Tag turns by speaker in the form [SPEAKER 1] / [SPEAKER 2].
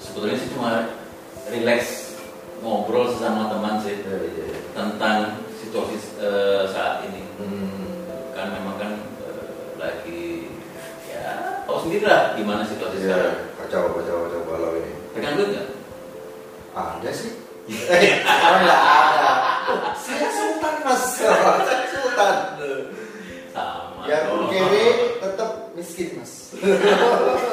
[SPEAKER 1] sebetulnya sih cuma relax ngobrol sesama teman sih
[SPEAKER 2] Iya, iya, iya.
[SPEAKER 1] tentang situasi eh, saat ini
[SPEAKER 2] Hmm.
[SPEAKER 1] kan memang kan eh, lagi ya tahu sendiri lah gimana situasi
[SPEAKER 2] Iya,
[SPEAKER 1] sekarang
[SPEAKER 2] kacau, kacau, kacau Ah, balau ini.
[SPEAKER 1] pegang duit nggak
[SPEAKER 2] Ada sih. Eh, sekarang nggak ada. Oh, saya sultan mas, saya sultan.
[SPEAKER 1] sama
[SPEAKER 3] Yang
[SPEAKER 2] Ya,
[SPEAKER 1] dong.
[SPEAKER 3] kiri tetap miskin mas.